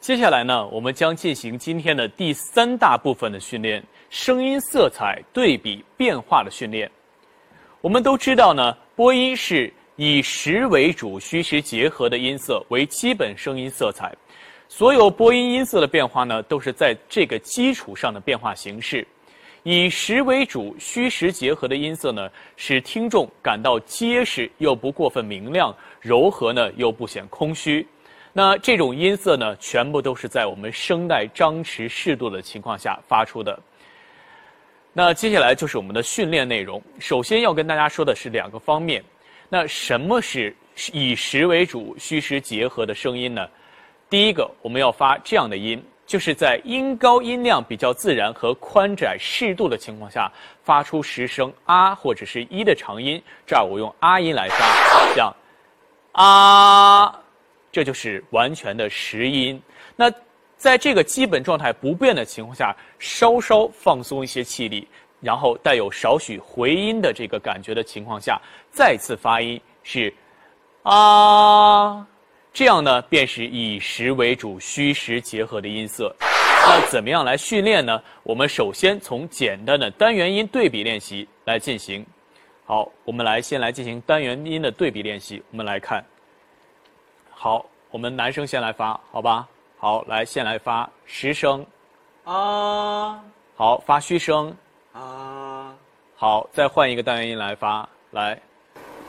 接下来呢，我们将进行今天的第三大部分的训练——声音色彩对比变化的训练。我们都知道呢，播音是以实为主、虚实结合的音色为基本声音色彩。所有播音音色的变化呢，都是在这个基础上的变化形式。以实为主、虚实结合的音色呢，使听众感到结实又不过分明亮，柔和呢又不显空虚。那这种音色呢，全部都是在我们声带张弛适度的情况下发出的。那接下来就是我们的训练内容。首先要跟大家说的是两个方面。那什么是以实为主、虚实结合的声音呢？第一个，我们要发这样的音。就是在音高音量比较自然和宽窄适度的情况下，发出实声啊或者是一的长音。这儿我用啊音来发，像啊，这就是完全的实音。那在这个基本状态不变的情况下，稍稍放松一些气力，然后带有少许回音的这个感觉的情况下，再次发音是啊。这样呢，便是以实为主、虚实结合的音色。那怎么样来训练呢？我们首先从简单的单元音对比练习来进行。好，我们来先来进行单元音的对比练习。我们来看，好，我们男生先来发，好吧？好，来先来发实声，啊好，发虚声，啊，好，再换一个单元音来发，来，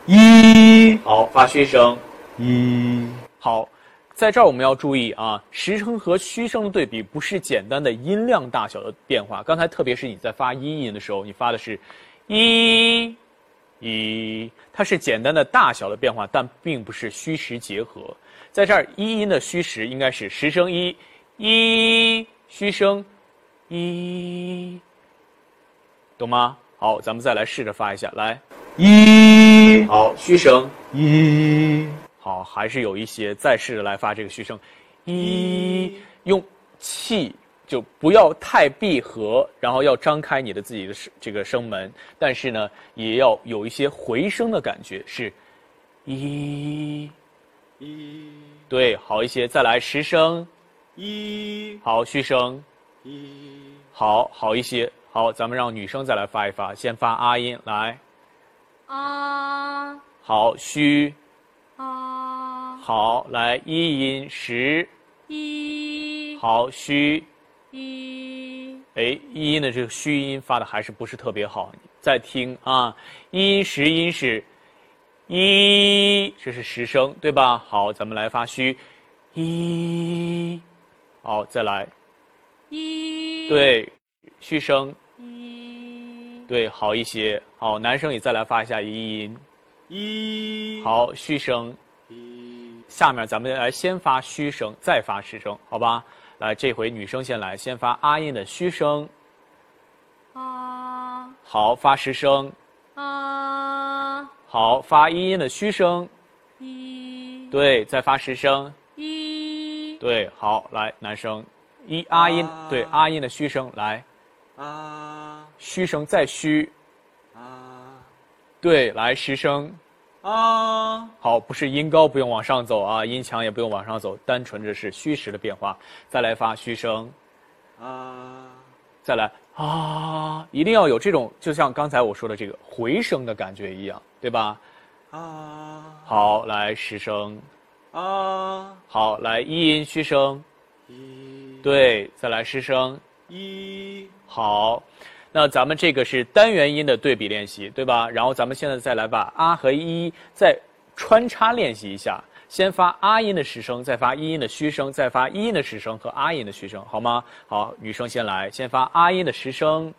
一好，发虚声，一好，在这儿我们要注意啊，实声和虚声的对比不是简单的音量大小的变化。刚才特别是你在发一音的时候，你发的是一一，它是简单的大小的变化，但并不是虚实结合。在这儿，一音的虚实应该是实声一一，虚声一，懂吗？好，咱们再来试着发一下，来，一好，虚声。一好，还是有一些再试着来发这个虚声，一用气就不要太闭合，然后要张开你的自己的声这个声门，但是呢，也要有一些回声的感觉，是一一对好一些，再来实声，一好虚声，一好好一些，好，咱们让女生再来发一发，先发啊音来，啊好虚，啊好来一音实，一好虚。一哎，一音的这个虚音发的还是不是特别好。再听啊，一音实音是一，这是实声对吧？好，咱们来发虚，一，好，再来，一对，虚声，一对，好一些。好，男生也再来发一下一音，一好，虚声。一下面咱们来先发虚声，再发实声，好吧？来，这回女生先来，先发啊音的虚声，啊好，发实声，啊好，发一音的虚声，一对，再发实声。一对，好，来，男生，一啊音，啊对，啊音的虚声，来，啊虚声再虚，啊对，来实声，啊好，不是音高不用往上走啊，音强也不用往上走，单纯的是虚实的变化，再来发虚声，啊再来啊，一定要有这种，就像刚才我说的这个回声的感觉一样，对吧？啊好，来实声，啊好，来一音虚声，一对，再来实声，一好，那咱们这个是单元音的对比练习，对吧？然后咱们现在再来把啊和一再穿插练习一下，先发啊音的实声，再发一音的虚声，再发一音的实声和啊音的虚声，好吗？好，女生先来，先发啊音的实声，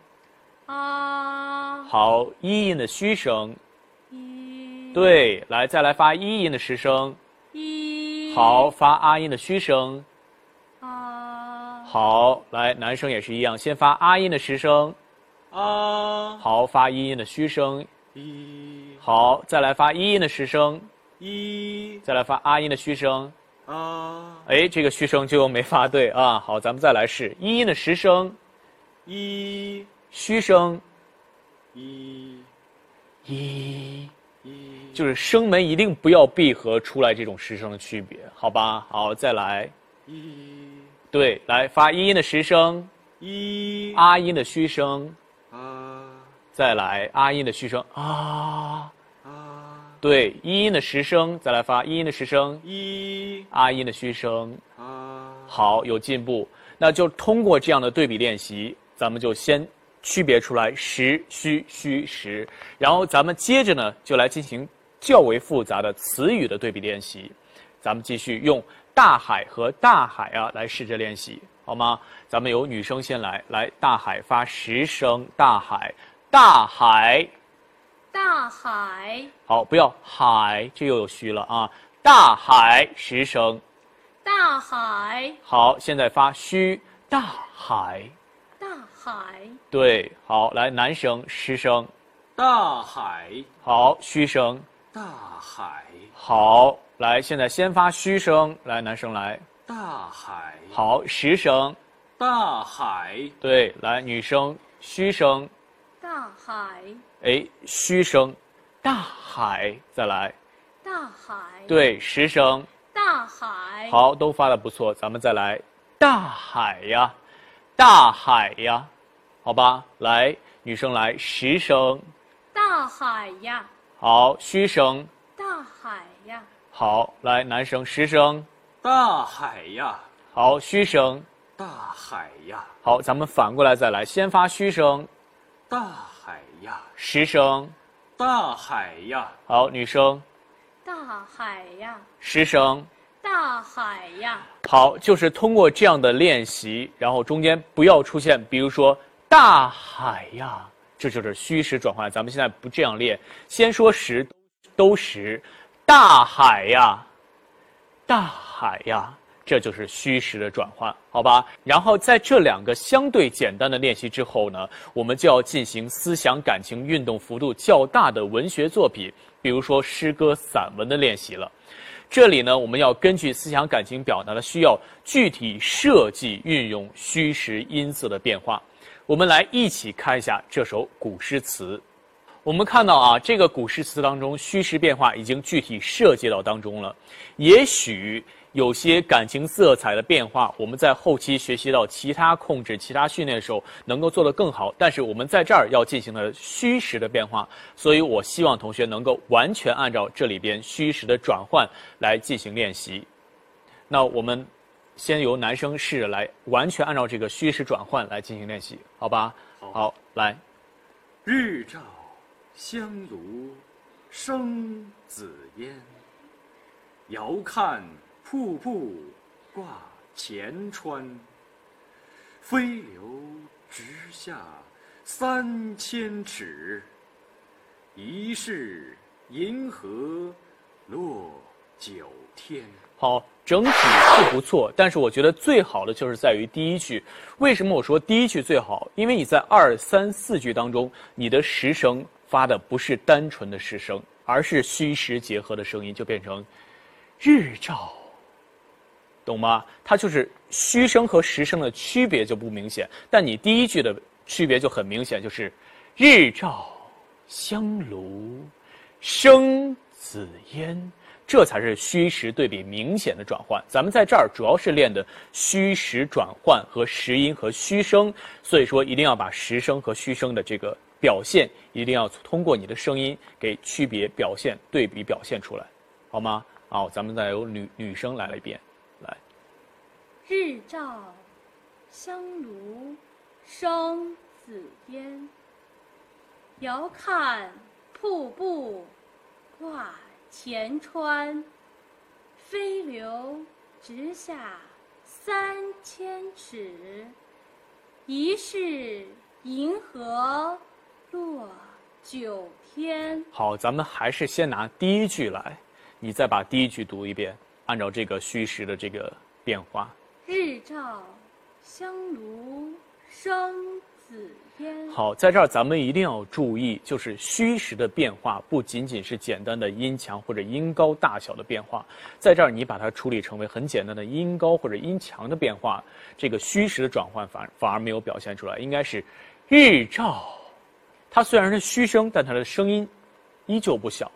啊好，一音的虚声，一对，来再来发一音的实声，一好，发啊音的虚声，啊好，来男生也是一样，先发啊音的实声，啊好，发一音的虚声，一好，再来发一音的实声。一再来发啊音的虚声，啊哎，这个虚声就没发对啊。好，咱们再来试一音的实声、一虚声，一一一就是声门一定不要闭合出来这种实声的区别，好吧？好，再来，一对，来发一音的实声，一啊音的虚声，啊再来啊音的虚声啊。啊对，一音的实声，再来发一音的实声，一啊音的虚声。啊好，有进步。那就通过这样的对比练习，咱们就先区别出来实、虚、虚、实，然后咱们接着呢就来进行较为复杂的词语的对比练习。咱们继续用大海和大海啊来试着练习，好吗？咱们由女生先来，来大海发实声，大海，大海，大海，好，不要海，这又有虚了啊，大海实声，大海，好，现在发虚，大海。大海，对，好，来男声、湿声，大海好，虚声，大海好，来，现在先发虚声，来，男生来，大海好，实声，大海对，来，女生虚声，大海，哎，虚声，大海，再来，大海，对，实声，大海，好，都发的不错，咱们再来，大海呀，大海呀，好吧，来，女生来实声，大海呀，好，虚声，大海呀，好，来，男生实声，大海呀好，虚声。大海呀好，咱们反过来再来，先发虚声、大海呀实声，大海呀好，女生大海呀，实声，大海呀，好，就是通过这样的练习，然后中间不要出现，比如说大海呀，这就是虚实转换。咱们现在不这样练，先说实，都实，大海呀，大海呀。这就是虚实的转换，好吧？然后在这两个相对简单的练习之后呢，我们就要进行思想感情运动幅度较大的文学作品，比如说诗歌、散文的练习了。这里呢，我们要根据思想感情表达的需要，具体设计运用虚实音色的变化。我们来一起看一下这首古诗词。我们看到啊，这个古诗词当中虚实变化已经具体涉及到当中了。也许有些感情色彩的变化，我们在后期学习到其他控制、其他训练的时候能够做得更好。但是我们在这儿要进行的虚实的变化，所以我希望同学能够完全按照这里边虚实的转换来进行练习。那我们先由男生试着来完全按照这个虚实转换来进行练习，好吧？好好来。日照香炉生紫烟，遥看瀑布挂前川，飞流直下三千尺，疑是银河落九天。好，整体是不错，但是我觉得最好的就是在于第一句。为什么我说第一句最好？因为你在二三四句当中，你的实声发的不是单纯的实声，而是虚实结合的声音，就变成日照，懂吗？它就是虚声和实声的区别就不明显，但你第一句的区别就很明显，就是日照香炉生紫烟，这才是虚实对比明显的转换。咱们在这儿主要是练的虚实转换和实音和虚声，所以说一定要把实声和虚声的这个表现，一定要通过你的声音给区别表现、对比表现出来，好吗？好，咱们再由女女生来了一遍，来，日照香炉生紫烟，遥看瀑布挂前川，飞流直下三千尺，疑是银河落九天。好，咱们还是先拿第一句来，你再把第一句读一遍，按照这个虚实的这个变化。日照香炉生紫烟。好，在这儿咱们一定要注意，就是虚实的变化不仅仅是简单的音强或者音高大小的变化，在这儿你把它处理成为很简单的音高或者音强的变化，这个虚实的转换反而反而没有表现出来，应该是日照。它虽然是虚声，但它的声音依旧不小。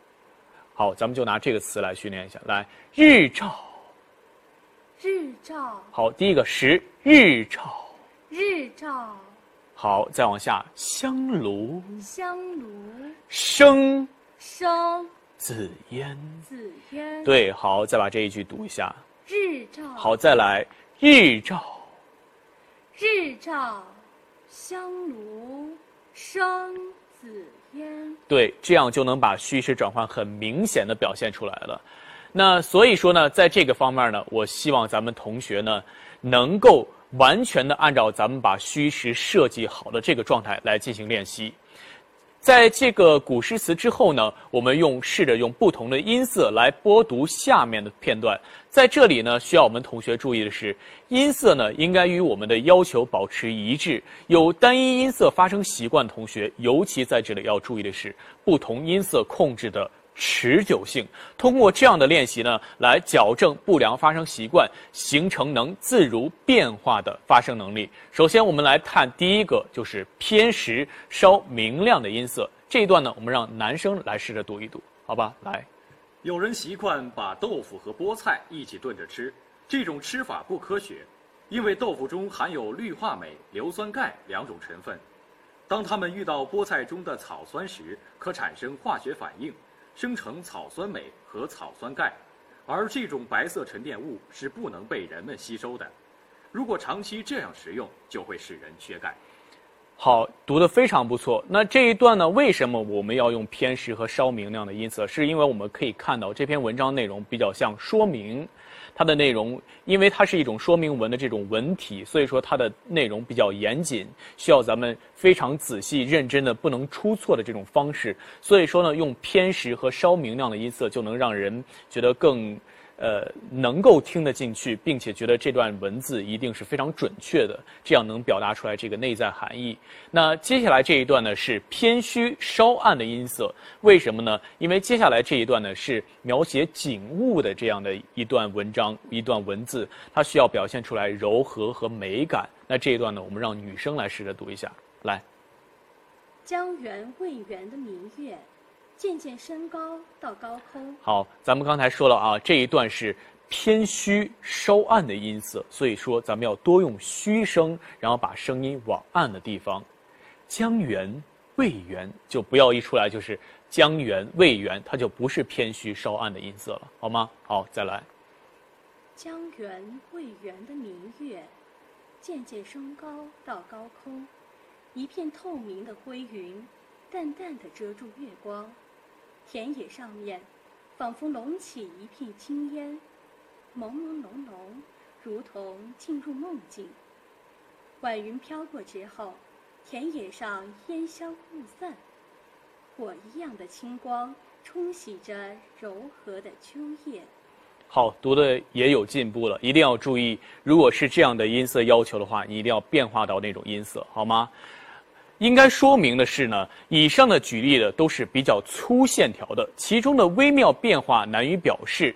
好，咱们就拿这个词来训练一下，来，日照日照，好，第一个时日照。日照，好，再往下，香炉香炉生生紫烟。紫烟。，对，好，再把这一句读一下。日照，好，再来，日照日照，香炉生紫烟。对，这样就能把虚实转换很明显的表现出来了。那所以说呢，在这个方面呢，我希望咱们同学呢，能够完全的按照咱们把虚实设计好的这个状态来进行练习。在这个古诗词之后呢，我们用试着用不同的音色来播读下面的片段。在这里呢，需要我们同学注意的是，音色呢应该与我们的要求保持一致。有单一音色发声习惯的同学，尤其在这里要注意的是，不同音色控制的持久性。通过这样的练习呢，来矫正不良发声习惯，形成能自如变化的发声能力。首先，我们来看第一个，就是偏实、稍明亮的音色。这一段呢，我们让男生来试着读一读，好吧？来，有人习惯把豆腐和菠菜一起炖着吃，这种吃法不科学，因为豆腐中含有氯化镁、硫酸钙两种成分。当它们遇到菠菜中的草酸时，可产生化学反应，生成草酸镁和草酸钙，而这种白色沉淀物是不能被人们吸收的。如果长期这样食用，就会使人缺钙。好，读得非常不错。那这一段呢，为什么我们要用偏实和稍明亮的音色？是因为我们可以看到这篇文章内容比较像说明，它的内容，因为它是一种说明文的这种文体，所以说它的内容比较严谨，需要咱们非常仔细、认真的，不能出错的这种方式。所以说呢，用偏实和稍明亮的音色，就能让人觉得更。呃，能够听得进去，并且觉得这段文字一定是非常准确的，这样能表达出来这个内在含义。那接下来这一段呢是偏虚稍暗的音色，为什么呢？因为接下来这一段呢是描写景物的这样的一段文章，一段文字，它需要表现出来柔和和美感。那这一段呢，我们让女生来试着读一下，来。江源渭源的明月，渐渐升高到高空。好，咱们刚才说了啊，这一段是偏虚稍暗的音色，所以说咱们要多用虚声，然后把声音往暗的地方。江源、渭源就不要一出来就是江源、渭源，它就不是偏虚稍暗的音色了，好吗？好，再来。江源渭源的明月，渐渐升高到高空，一片透明的灰云，淡淡的遮住月光。田野上面，仿佛隆起一片青烟，朦朦胧胧，如同进入梦境。晚云飘过之后，田野上烟消雾散，火一样的清光冲洗着柔和的秋叶。好，读的也有进步了，一定要注意。如果是这样的音色要求的话，你一定要变化到那种音色，好吗？应该说明的是呢，以上的举例的都是比较粗线条的，其中的微妙变化难以表示。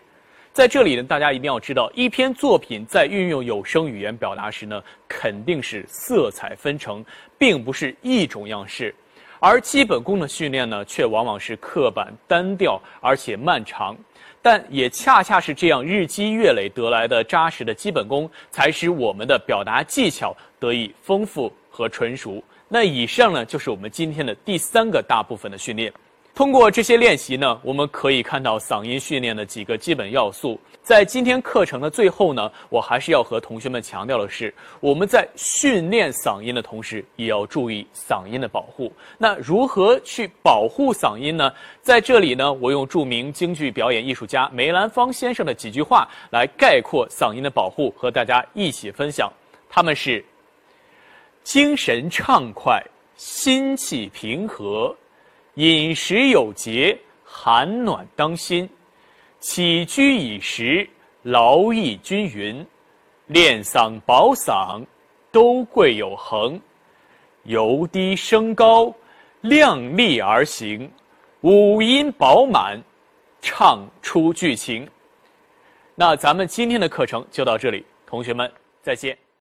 在这里呢，大家一定要知道，一篇作品在运用有声语言表达时呢，肯定是色彩纷呈，并不是一种样式。而基本功的训练呢，却往往是刻板、单调，而且漫长。但也恰恰是这样日积月累得来的扎实的基本功，才使我们的表达技巧得以丰富和纯熟。那以上呢，就是我们今天的第三个大部分的训练。通过这些练习呢，我们可以看到嗓音训练的几个基本要素。在今天课程的最后呢，我还是要和同学们强调的是，我们在训练嗓音的同时，也要注意嗓音的保护。那如何去保护嗓音呢？在这里呢，我用著名京剧表演艺术家梅兰芳先生的几句话来概括嗓音的保护，和大家一起分享。他们是：精神畅快，心气平和，饮食有节，寒暖当心；起居饮食，劳逸均匀；练嗓保嗓，都贵有恒；由低升高，量力而行；五音饱满，唱出剧情。那咱们今天的课程就到这里，同学们再见。